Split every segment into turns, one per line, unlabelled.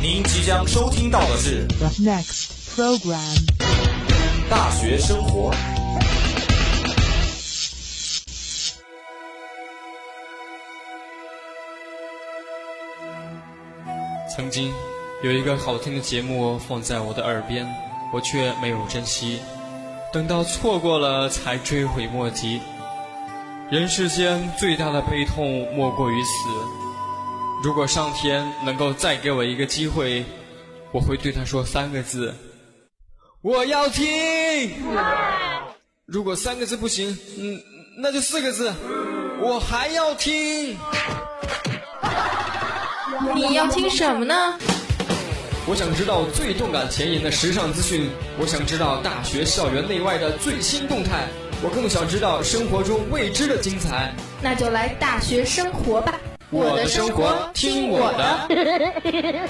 您即将收听到的是
The next program.
大学生活。
曾经有一个好听的节目放在我的耳边，我却没有珍惜，等到错过了才追悔莫及。人世间最大的悲痛莫过于此。如果上天能够再给我一个机会，我会对他说三个字：我要听。如果三个字不行，嗯，那就四个字，我还要听。
你要听什么呢？
我想知道最动感前沿的时尚资讯，我想知道大学校园内外的最新动态，我更想知道生活中未知的精彩。
那就来大学生活吧。
我的生活听我 的。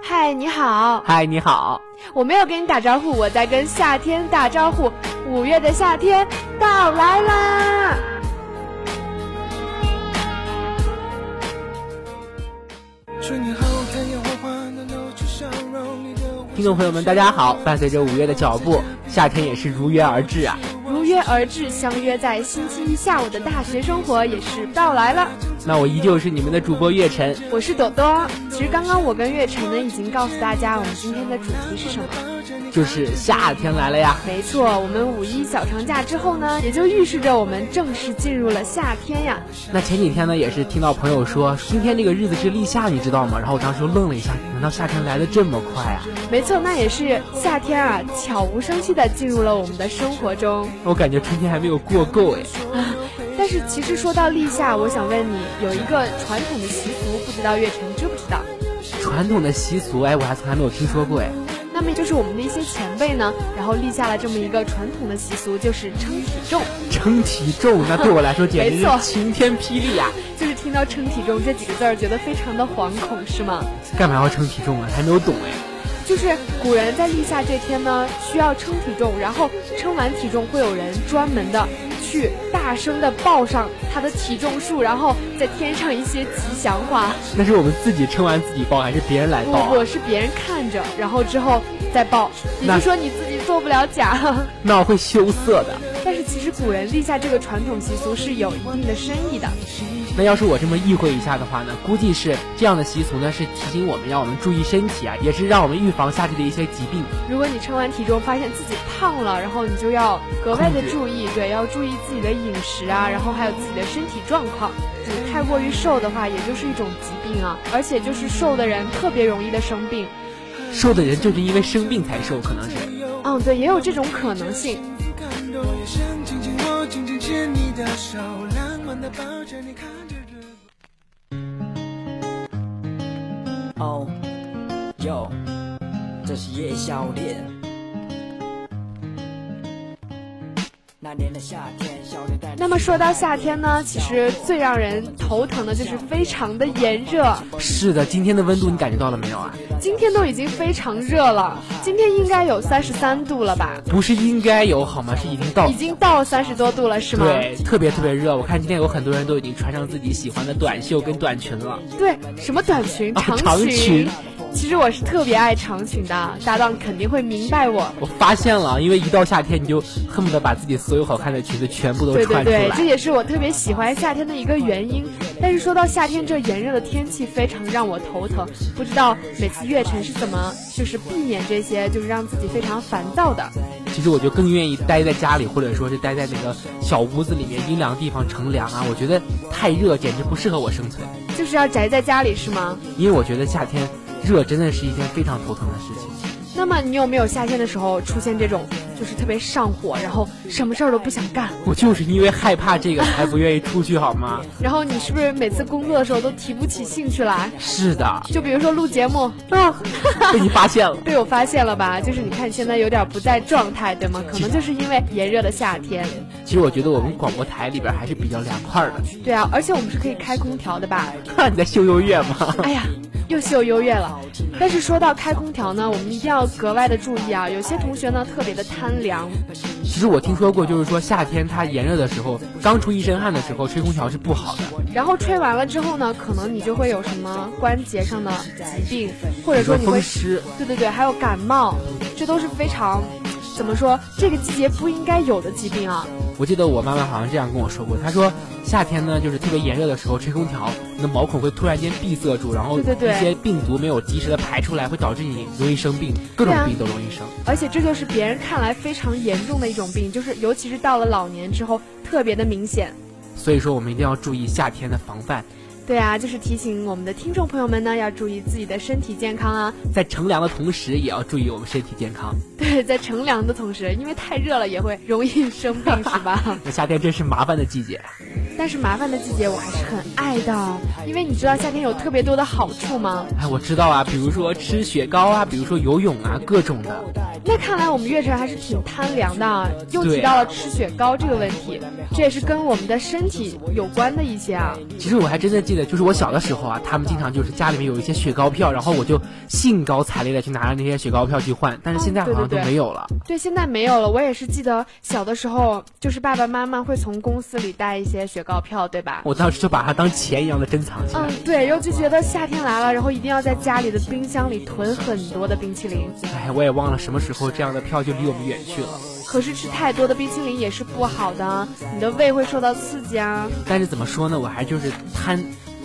嗨，你好，
嗨，你好，
我没有跟你打招呼，我在跟夏天打招呼。五月的夏天到来啦！
听众朋友们，大家好！伴随着五月的脚步，夏天也是如约而至啊。
如约而至，相约在星期一下午的大学生活也是到来了。
那我依旧是你们的主播月晨，
我是朵朵。其实刚刚我跟月晨呢已经告诉大家我们今天的主题是什么。
就是夏天来了呀。
没错，我们五一小长假之后呢，也就预示着我们正式进入了夏天呀。
那前几天呢，也是听到朋友说今天这个日子是立夏，你知道吗？然后我当时愣了一下，难道夏天来的这么快啊？
没错，那也是夏天啊，悄无声息的进入了我们的生活中。
我感觉春天还没有过够哎。
但是其实说到立夏，我想问你，有一个传统的习俗，不知道月晨知不知道？
传统的习俗哎，我还从来没有听说过哎。
那么就是我们的一些前辈呢，然后立下了这么一个传统的习俗，就是称体重。
称体重，那对我来说简直
没错
是晴天霹雳啊呀、
就是听到称体重这几个字儿，觉得非常的惶恐，是吗？
干嘛要称体重啊？还没有懂哎。
就是古人在立夏这天呢，需要称体重，然后称完体重会有人专门的去大声的报上他的体重数，然后再添上一些吉祥话。
那是我们自己称完自己报，还是别人来
不
报、啊？
不是别人看着，然后之后再报，也就
那
是说你自己做不了假。
那我会羞涩的。
但是其实古人立夏这个传统习俗是有一定的深意的。
那要是我这么意会一下的话呢，估计是这样的习俗呢，是提醒我们让我们注意身体啊，也是让我们预防夏季的一些疾病。
如果你称完体重发现自己胖了，然后你就要格外的注意，对，要注意自己的饮食啊，然后还有自己的身体状况。你太过于瘦的话，也就是一种疾病啊，而且就是瘦的人特别容易的生病。
瘦的人正是因为生病才瘦，可能是。
嗯，对，也有这种可能性。
哦，哟，这是夜宵店。那年的夏天，校园带你
那么说到夏天呢，其实最让人头疼的就是非常的炎热，
是的，今天的温度你感觉到了没有啊？
今天都已经非常热了，今天应该有三十三度了吧？
不是应该有好吗？是已经到
已经到三十多度了是吗？
对，特别特别热。我看今天有很多人都已经穿上自己喜欢的短袖跟短裙了。
对，什么短裙、
啊
长裙？
长裙
其实我是特别爱长裙的，搭档肯定会明白我。
我发现了，啊因为一到夏天，你就恨不得把自己所有好看的裙子全部都
对对
穿出来。
对，这也是我特别喜欢夏天的一个原因。但是说到夏天这炎热的天气，非常让我头疼。不知道每次月晨是怎么就是避免这些，就是让自己非常烦躁的。
其实我就更愿意待在家里，或者说是待在那个小屋子里面阴凉地方乘凉啊。我觉得太热简直不适合我生存，
就是要宅在家里是吗？
因为我觉得夏天热真的是一件非常头疼的事情。
那么你有没有夏天的时候出现这种就是特别上火，然后什么事儿都不想干？
我就是因为害怕这个才不愿意出去，好吗？
然后你是不是每次工作的时候都提不起兴趣来？
是的，
就比如说录节目，啊，
被你发现了。
被我发现了吧？就是你看现在有点不在状态，对吗？可能就是因为炎热的夏天。
其实我觉得我们广播台里边还是比较凉快的。
对啊，而且我们是可以开空调的 吧？
看你在秀优越吗？
哎呀，又秀优越了。但是说到开空调呢，我们一定要格外的注意啊。有些同学呢特别的贪凉，
其实我听说过，就是说夏天它炎热的时候，刚出一身汗的时候吹空调是不好的。
然后吹完了之后呢，可能你就会有什么关节上的疾病，或者说你会
风湿，
对对对，还有感冒，这都是非常怎么说这个季节不应该有的疾病啊。
我记得我妈妈好像这样跟我说过，她说夏天呢就是特别炎热的时候吹空调，你的毛孔会突然间闭塞住，然后
对对对
一些病毒没有及时的排出来，会导致你容易生病，各种
对啊
病都容易生。
而且这就是别人看来非常严重的一种病，就是尤其是到了老年之后特别的明显。
所以说我们一定要注意夏天的防范，
对啊，就是提醒我们的听众朋友们呢，要注意自己的身体健康啊。
在乘凉的同时也要注意我们身体健康。
对，在乘凉的同时，因为太热了也会容易生病，是吧？
那夏天真是麻烦的季节。
但是麻烦的季节我还是很爱的，因为你知道夏天有特别多的好处吗？
哎，我知道啊，比如说吃雪糕啊，比如说游泳啊，各种的。
那看来我们月城还是挺贪凉的，啊，又提到了吃雪糕这个问题，这也是跟我们的身体有关的一些啊。
其实我还真的记得，就是我小的时候啊，他们经常就是家里面有一些雪糕票，然后我就兴高采烈的去拿着那些雪糕票去换，但是现在好像都没有了。
对，现在没有了。我也是记得小的时候，就是爸爸妈妈会从公司里带一些雪糕票，对吧？
我当时就把它当钱一样的珍藏起来。
嗯，对，然后就觉得夏天来了，然后一定要在家里的冰箱里囤很多的冰淇淋。
哎，我也忘了什么时候这样的票就离我们远去了。
可是吃太多的冰淇淋也是不好的啊，你的胃会受到刺激啊。
但是怎么说呢，我还就是贪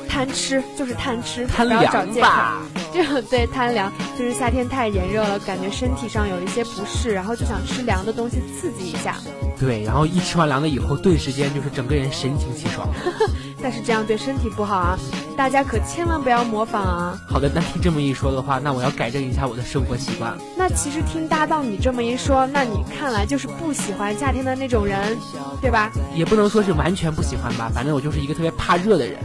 贪吃就是贪吃，
贪
不要找
凉
借口。
吧。
就对贪凉，就是夏天太炎热了，感觉身体上有一些不适，然后就想吃凉的东西刺激一下。
对，然后一吃完凉了以后，顿时间就是整个人神清气爽。
但是这样对身体不好啊，大家可千万不要模仿啊。
好的，那听这么一说的话，那我要改正一下我的生活习惯了。
那其实听搭档你这么一说，那你看来就是不喜欢夏天的那种人，对吧？
也不能说是完全不喜欢吧，反正我就是一个特别怕热的人，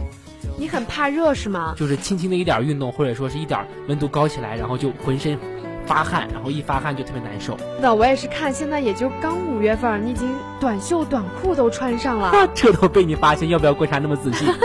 你很怕热是吗？
就是轻轻的一点儿运动，或者说是一点儿温度高起来，然后就浑身发汗，然后一发汗就特别难受。
那我也是看现在也就刚五月份儿，你已经短袖短裤都穿上了。
啊，这都被你发现，要不要观察那么仔细？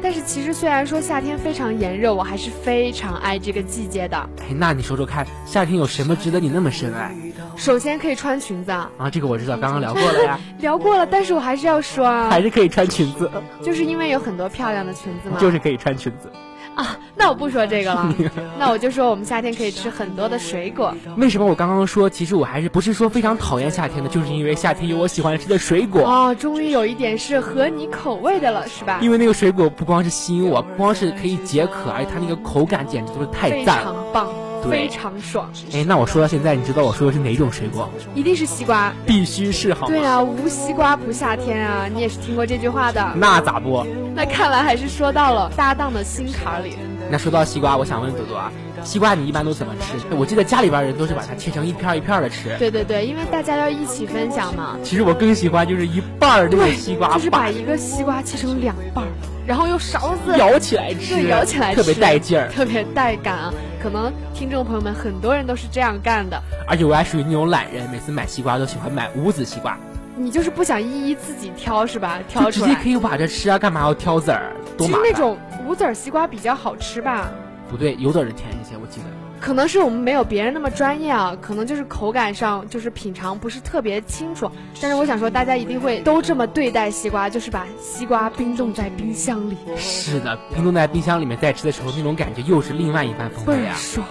但是其实虽然说夏天非常炎热，我还是非常爱这个季节的。
哎，那你说说看，夏天有什么值得你那么深爱
首先可以穿裙子，啊，
啊？这个我知道，刚刚聊过了呀，
聊过了，但是我还是要说啊
还，是可以穿裙子，
就是因为有很多漂亮的裙子嘛。
就是可以穿裙子。
啊，那我不说这个 了，那我就说我们夏天可以吃很多的水果。
为什么我刚刚说，其实我还是不是说非常讨厌夏天的，就是因为夏天有我喜欢吃的水果。
哦，终于有一点是合你口味的了，是吧？
因为那个水果不光是吸引我，不光是可以解渴，而且它那个口感简直都是太
非
赞了。
常棒，
对
非常爽，
哎，那我说到现在，你知道我说的是哪种水果？
一定是西瓜。
必须是好吗
对啊，无西瓜不夏天啊，你也是听过这句话的。
那咋不？
那看来还是说到了搭档的心坎儿里。
那说到西瓜，我想问朵朵啊，西瓜你一般都怎么吃？哎我记得家里边人都是把它切成一片儿一片的吃。
对对对，因为大家要一起分享嘛。
其实我更喜欢就是一半儿那个西瓜
就是把一个西瓜切成两半儿，然后用勺子
咬起来吃，
对咬起来吃
特别带劲儿。
特别带感啊。可能听众朋友们很多人都是这样干的，
而且我还属于那种懒人，每次买西瓜都喜欢买无籽西瓜，
你就是不想一一自己挑是吧？挑
就直
出
接
来
可。以挖着吃啊，干嘛要挑籽儿？
其
多
实
麻
那
烦。
种无籽儿西瓜比较好吃吧，
不对，有籽儿的甜一些，我记得。
可能是我们没有别人那么专业啊，可能就是口感上就是品尝不是特别清楚。但是我想说，大家一定会都这么对待西瓜，就是把西瓜冰冻在冰箱里，
是的，冰冻在冰箱里面再吃的时候，那种感觉又是另外一番风
倍
味
儿
啊！
爽。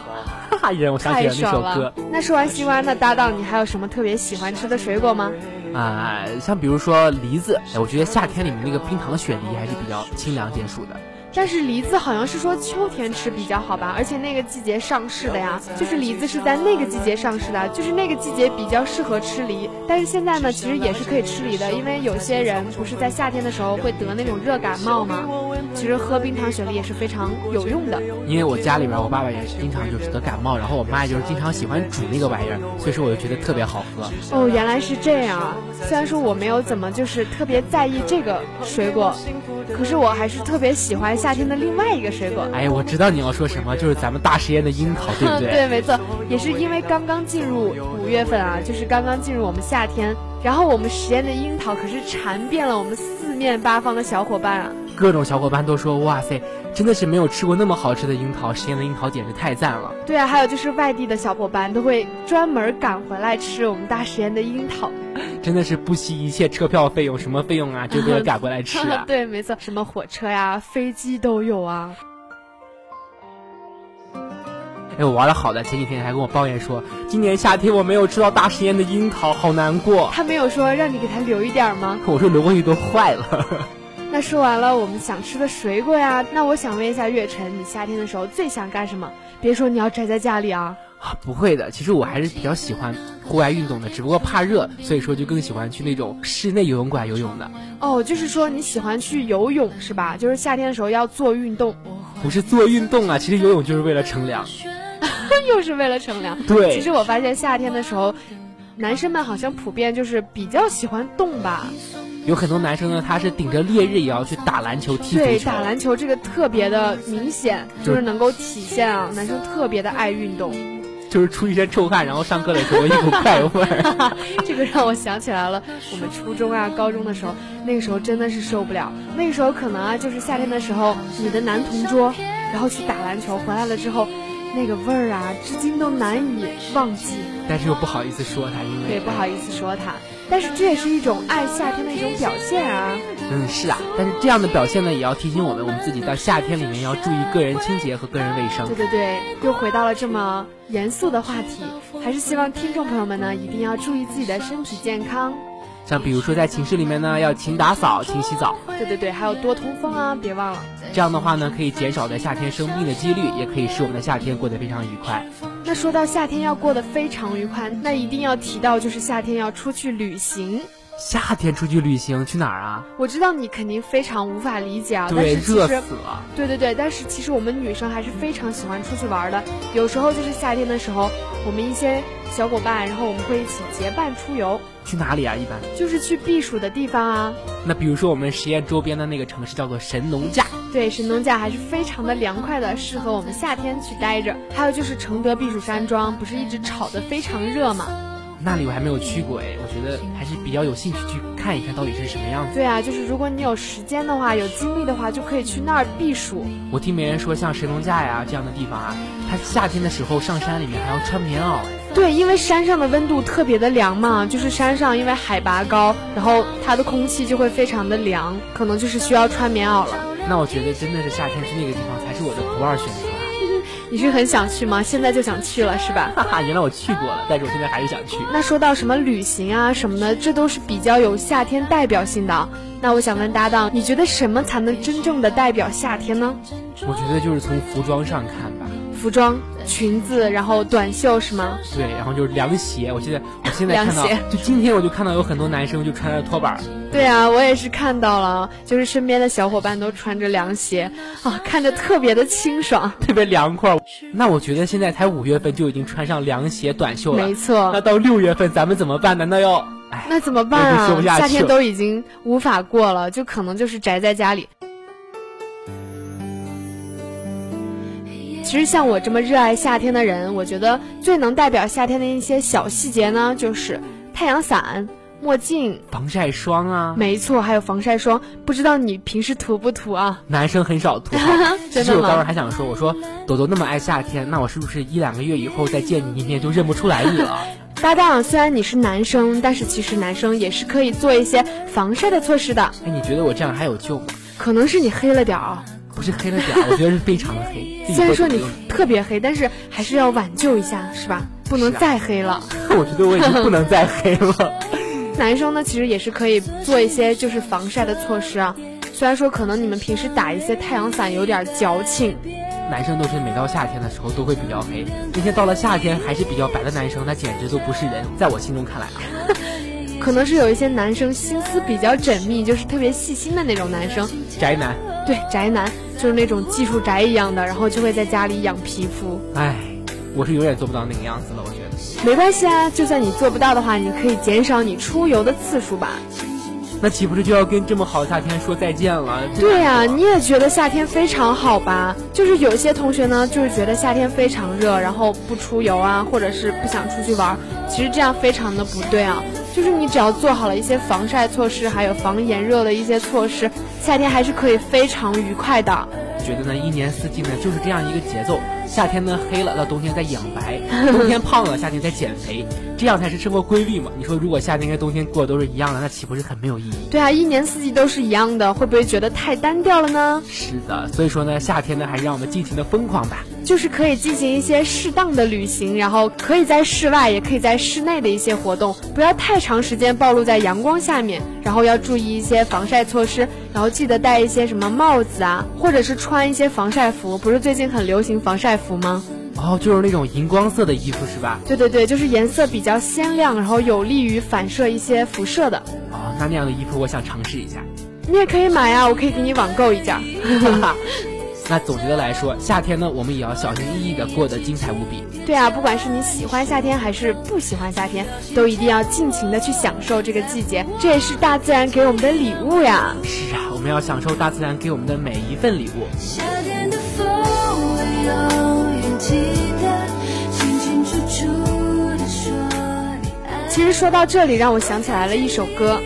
哈 哈，让我想起
太
了那首
爽
歌
了。！那说完西瓜，那搭档你还有什么特别喜欢吃的水果吗？
啊、像比如说梨子，哎，我觉得夏天里面那个冰糖的雪梨还是比较清凉解暑的。
但是梨子好像是说秋天吃比较好吧，而且那个季节上市的呀，就是梨子是在那个季节上市的，啊就是那个季节比较适合吃梨。但是现在呢，其实也是可以吃梨的，因为有些人不是在夏天的时候会得那种热感冒吗？其实喝冰糖雪梨也是非常有用的。
因为我家里边，我爸爸也是经常就是得感冒，然后我妈也就是经常喜欢煮那个玩意儿，所以说我就觉得特别好喝。
哦，原来是这样啊！虽然说我没有怎么就是特别在意这个水果，可是我还是特别喜欢夏天的另外一个水果。
哎，我知道你要说什么，就是咱们大实验的樱桃，对不对？
嗯 对，没错，也是因为刚刚进入五月份啊，就是刚刚进入我们夏天，然后我们实验的樱桃可是馋遍了我们四面八方的小伙伴啊！
各种小伙伴都说，哇塞，真的是没有吃过那么好吃的樱桃，实验的樱桃简直太赞了。
对啊，还有就是外地的小伙伴都会专门赶回来吃我们大实验的樱桃。
真的是不惜一切车票费用、什么费用啊，就为了赶过来吃啊。
对，没错，什么火车呀、飞机都有啊。
哎，我玩的好的，前几天还跟我抱怨说，今年夏天我没有吃到大实验的樱桃，好难过。
他没有说让你给他留一点儿吗？
我说留过去都坏了。
那说完了我们想吃的水果呀，那我想问一下月晨，你夏天的时候最想干什么？别说你要宅在家里啊。
啊，不会的，其实我还是比较喜欢户外运动的，只不过怕热，所以说就更喜欢去那种室内游泳馆游泳的，
哦，就是说你喜欢去游泳是吧？就是夏天的时候要做运动，
不是做运动啊，其实游泳就是为了乘凉。
又是为了乘凉。
对
其实我发现夏天的时候，男生们好像普遍就是比较喜欢动吧。
有很多男生呢，他是顶着烈日也要去打篮球、踢足
对，
球。
打篮球这个特别的明显，就是能够体现啊，男生特别的爱运动。
就是出一身臭汗，然后上课的时候一股怪味儿。
这个让我想起来了，我们初中啊、高中的时候，那个时候真的是受不了。那个时候可能啊，就是夏天的时候，你的男同桌，然后去打篮球，回来了之后，那个味儿啊，至今都难以忘记。
但是又不好意思说他，因为
对，不好意思说他，但是这也是一种爱夏天的一种表现啊。
嗯是啊，但是这样的表现呢，也要提醒我们，我们自己到夏天里面要注意个人清洁和个人卫生
对。对对，又回到了这么严肃的话题，还是希望听众朋友们呢一定要注意自己的身体健康。
像比如说在寝室里面呢，要勤打扫、勤洗澡，
对对对，还有多通风啊，别忘了。
这样的话呢，可以减少在夏天生病的几率，也可以使我们的夏天过得非常愉快。
那说到夏天要过得非常愉快，那一定要提到就是夏天要出去旅行。
夏天出去旅行去哪儿啊？
我知道你肯定非常无法理解啊，但
对，
是其实
热死了。
对对对，但是其实我们女生还是非常喜欢出去玩的。有时候就是夏天的时候，我们一些小伙伴，然后我们会一起结伴出游，
去哪里啊？一般？
就是去避暑的地方啊。
那比如说我们实验周边的那个城市叫做神农架，
对，神农架还是非常的凉快的，适合我们夏天去待着。还有就是承德避暑山庄，不是一直炒得非常热嘛？
那里我还没有去过哎，我觉得还是比较有兴趣去看一看到底是什么样子。
对啊，就是如果你有时间的话，有精力的话，就可以去那儿避暑。
我听别人说，像神农架呀这样的地方啊，它夏天的时候上山里面还要穿棉袄哎。
对，因为山上的温度特别的凉嘛，就是山上因为海拔高，然后它的空气就会非常的凉，可能就是需要穿棉袄了。
那我觉得真的是夏天去那个地方才是我的不二选择啊。
你是很想去吗？现在就想去了是吧？
哈哈，原来我去过了，但是我现在还是想去。
那说到什么旅行啊什么的，这都是比较有夏天代表性的啊。那我想问搭档，你觉得什么才能真正的代表夏天呢？
我觉得就是从服装上看吧，
服装、裙子，然后短袖是吗？
对，然后就是凉鞋。我现在我现在看到
凉，
就今天我就看到有很多男生就穿着拖板儿，
对啊，我也是看到了，就是身边的小伙伴都穿着凉鞋啊，看着特别的清爽。
特别凉快儿。那我觉得现在才五月份就已经穿上凉鞋短袖了
没，错，
那到六月份咱们怎么办？难道要？哎，
那怎么办
我就说不
啊？
下去
夏天
了
都已经无法过了，就可能就是宅在家里。其实像我这么热爱夏天的人，我觉得最能代表夏天的一些小细节呢，就是太阳伞、墨镜，
防晒霜啊，
没错，还有防晒霜。不知道你平时涂不涂啊？。
男生很少涂好 其
真
实
的
我当时
吗？
还想说，我说朵朵那么爱夏天，那我是不是一两个月以后再见你一面就认不出来你了？
搭档，虽然你是男生，但是其实男生也是可以做一些防晒的措施的。
哎，你觉得我这样还有救吗？
可能是你黑了点儿啊，
不是黑了点儿，我觉得是非常的黑。
虽然说你
自己
特别黑，但是还是要挽救一下，是吧？不能再黑了。
都 不用，我觉得我已经不能再黑了。
男生呢，其实也是可以做一些就是防晒的措施啊。虽然说可能你们平时打一些太阳伞有点矫情，
男生都是每到夏天的时候都会比较黑，那些到了夏天还是比较白的男生，那简直都不是人，在我心中看来啊。
可能是有一些男生心思比较缜密，就是特别细心的那种男生，
宅男，
对宅男，就是那种技术宅一样的，然后就会在家里养皮肤。
唉，我是永远做不到那个样子了，我觉得。
没关系啊，就算你做不到的话，你可以减少你出游的次数吧。
那岂不是就要跟这么好的夏天说再见了？真
对啊呀、
难过
你也觉得夏天非常好吧？就是有些同学呢，就是觉得夏天非常热，然后不出游啊，或者是不想出去玩儿，其实这样非常的不对啊。就是你只要做好了一些防晒措施，还有防炎热的一些措施，夏天还是可以非常愉快的。
啊觉得呢，一年四季呢就是这样一个节奏，夏天呢黑了，到冬天再养白，冬天胖了，夏天再减肥，这样才是生活规律嘛。你说如果夏天跟冬天过得都是一样的，那岂不是很没有意义？
对啊，一年四季都是一样的，会不会觉得太单调了呢？
是的，所以说呢，夏天呢还让我们尽情的疯狂吧。
就是可以进行一些适当的旅行，然后可以在室外，也可以在室内的一些活动，不要太长时间暴露在阳光下面，然后要注意一些防晒措施，然后记得戴一些什么帽子啊，或者是穿一些防晒服，不是最近很流行防晒服吗？
哦，就是那种荧光色的衣服是吧？
对对对，就是颜色比较鲜亮，然后有利于反射一些辐射的，
哦，那那样的衣服我想尝试一下。
你也可以买啊，我可以给你网购一 件儿。
那总结的来说，夏天呢我们也要小心翼翼的过得精彩无比。
对啊，不管是你喜欢夏天还是不喜欢夏天，都一定要尽情的去享受这个季节，这也是大自然给我们的礼物呀。
是啊，我们要享受大自然给我们的每一份礼物。
夏天的风，我永远记得，清清楚楚地说你爱
其实说到这里，让我想起来了一首歌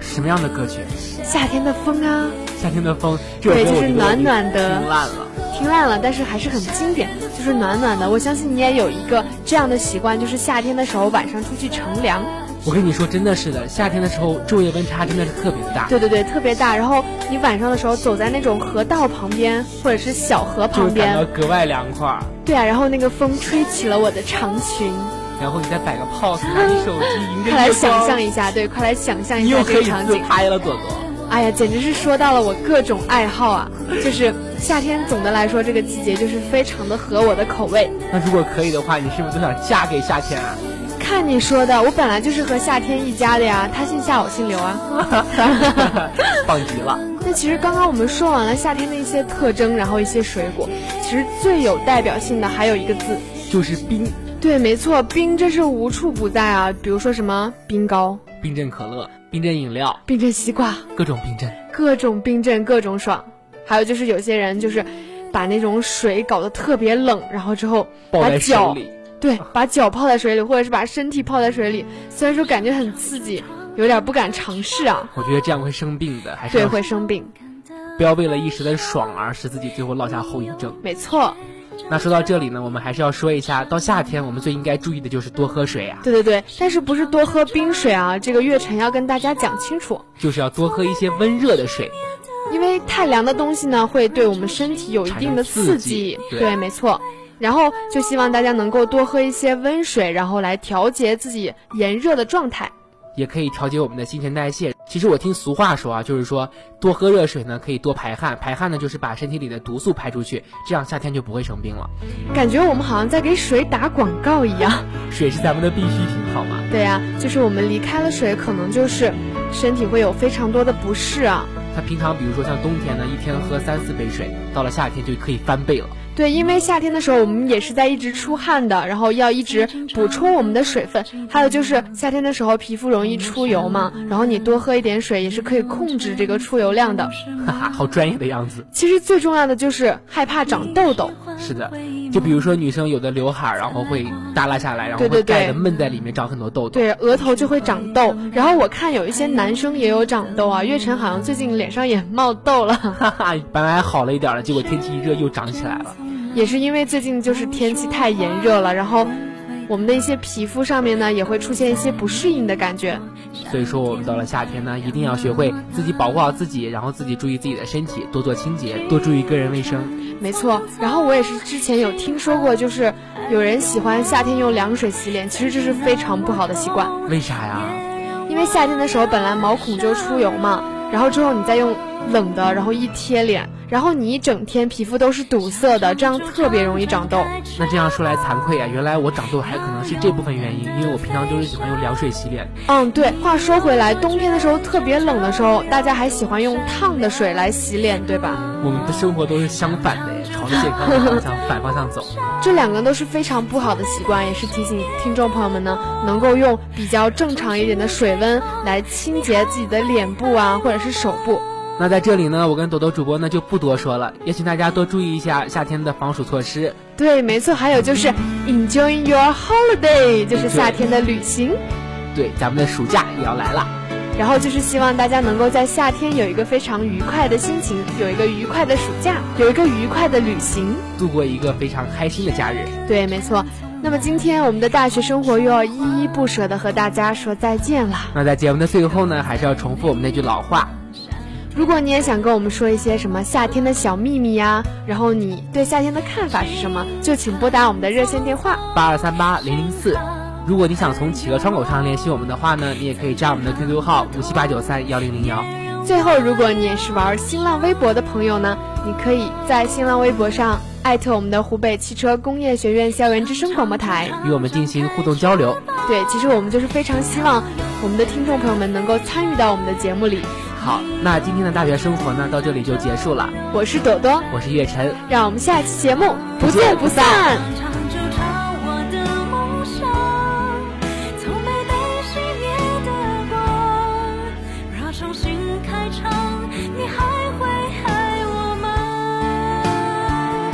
什么样的歌曲？
《夏天的风》啊，
夏天的风，这首歌
对就是
我觉得
暖
我已经
暖的
听烂了。
听烂了，但是还是很经典，就是暖暖的。我相信你也有一个这样的习惯，就是夏天的时候晚上出去乘凉，
我跟你说，真的是的，夏天的时候昼夜温差真的是特别的大，
对对对，特别大。然后你晚上的时候走在那种河道旁边，或者是小河
就
旁
是感到
边，
格外凉快。
对啊，然后那个风吹起了我的长裙。
然后你再摆个 pose，拿你手机迎着
快 来
月
想象
光，
一下，对，快来想象
你
一下这
又可
个
以
场
自
景。
拍了，朵朵。
哎呀，简直是说到了我各种爱好啊！就是夏天，总的来说这个季节就是非常的合我的口味。
那如果可以的话，你是不是都想嫁给夏天啊？
看你说的，我本来就是和夏天一家的呀，他姓夏，我姓刘啊。
棒极了！
那其实刚刚我们说完了夏天的一些特征，然后一些水果，其实最有代表性的还有一个字，
就是冰
对，没错，冰真是无处不在啊。比如说什么冰糕、
冰镇可乐、冰镇饮料，
冰镇西瓜，
各种冰镇。
各种冰镇，各种爽。还有就是有些人就是把那种水搞得特别冷，然后之后
抱
把
在手
脚
里，
对把脚泡在水里，或者是把身体泡在水里。虽然说感觉很刺激，有点不敢尝试啊，
我觉得这样会生病的，还是
对，
要
会生病。
不要为了一时的爽而使自己最后落下后遗症。
没错，
那说到这里呢，我们还是要说一下，到夏天我们最应该注意的就是多喝水啊，
对对对，但是不是多喝冰水啊？这个月晨要跟大家讲清楚，
就是要多喝一些温热的水。
因为太凉的东西呢，会对我们身体有一定的刺激
产生刺激。对
对，没错。然后就希望大家能够多喝一些温水，然后来调节自己炎热的状态。
也可以调节我们的新陈代谢。其实我听俗话说啊，就是说多喝热水呢，可以多排汗，排汗呢就是把身体里的毒素排出去，这样夏天就不会生病了。
感觉我们好像在给水打广告一样。
水是咱们的必需品，好吗？
对呀、就是我们离开了水，可能就是身体会有非常多的不适啊。
它平常比如说像冬天呢，一天喝三四杯水，到了夏天就可以翻倍了。
对，因为夏天的时候我们也是在一直出汗的，然后要一直补充我们的水分。还有就是夏天的时候皮肤容易出油嘛，然后你多喝一点水也是可以控制这个出油量的。
哈哈，好专业的样子。
其实最重要的就是害怕长痘痘。
是的，就比如说女生有的刘海儿，然后会耷拉下来，然后会
对对对
盖的闷在里面，长很多痘痘。
对，额头就会长痘，然后我看有一些男生也有长痘啊，月晨好像最近脸上也冒痘了，
哈哈，本来哎好了一点了，结果天气一热又长起来了。
也是因为最近就是天气太炎热了，然后我们的一些皮肤上面呢也会出现一些不适应的感觉。
所以说，我们到了夏天呢，一定要学会自己保护好自己，然后自己注意自己的身体，多做清洁，多注意个人卫生。
没错，然后我也是之前有听说过，就是有人喜欢夏天用凉水洗脸，其实这是非常不好的习惯，
为啥呀？
因为夏天的时候本来毛孔就出油嘛，然后之后你再用冷的，然后一贴脸，然后你一整天皮肤都是堵塞的，这样特别容易长痘。
那这样说来惭愧啊，原来我长痘还可能是这部分原因，因为我平常就是喜欢用凉水洗脸。
嗯，对。话说回来，冬天的时候特别冷的时候，大家还喜欢用烫的水来洗脸，对吧？
我们的生活都是相反的耶，朝着健康的方向反方向走。
这两个都是非常不好的习惯，也是提醒听众朋友们呢，能够用比较正常一点的水温来清洁自己的脸部啊，或者是手部。
那在这里呢，我跟朵朵主播呢就不多说了，也请大家多注意一下夏天的防暑措施。
对，没错，还有就是 enjoy your holiday，就是夏天的旅行。
对，咱们的暑假也要来了。
然后就是希望大家能够在夏天有一个非常愉快的心情，有一个愉快的暑假，有一个愉快的旅行。
度过一个非常开心的假日。
对，没错。那么今天我们的大学生活又要依依不舍的和大家说再见了。
那在节目的最后呢，还是要重复我们那句老话，
如果你也想跟我们说一些什么夏天的小秘密呀、然后你对夏天的看法是什么，就请拨打我们的热线电话。
八二三八零零四。如果你想从企鹅窗口上联系我们的话呢，你也可以加我们的 QQ 号五七八九三幺零零幺。
最后，如果你也是玩新浪微博的朋友呢，你可以在新浪微博上艾特我们的湖北汽车工业学院校园之声广播台。
与我们进行互动交流。
对，其实我们就是非常希望我们的听众朋友们能够参与到我们的节目里。
好，那今天的大学生活呢，到这里就结束了。
我是朵朵，
我是月晨，
让我们下期节目不见不散。
长久朝我的梦想，从没被熄灭的光。若重新开场，你还会爱我吗？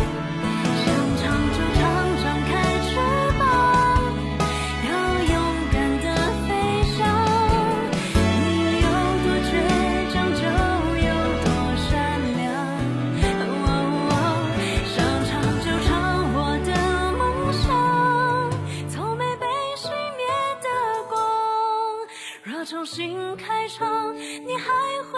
想唱就唱，张开翅膀，要勇敢的飞翔。你有多倔强，就有多善良。想唱就唱我的梦想，从没被熄灭的光。若重新开场，你还会啊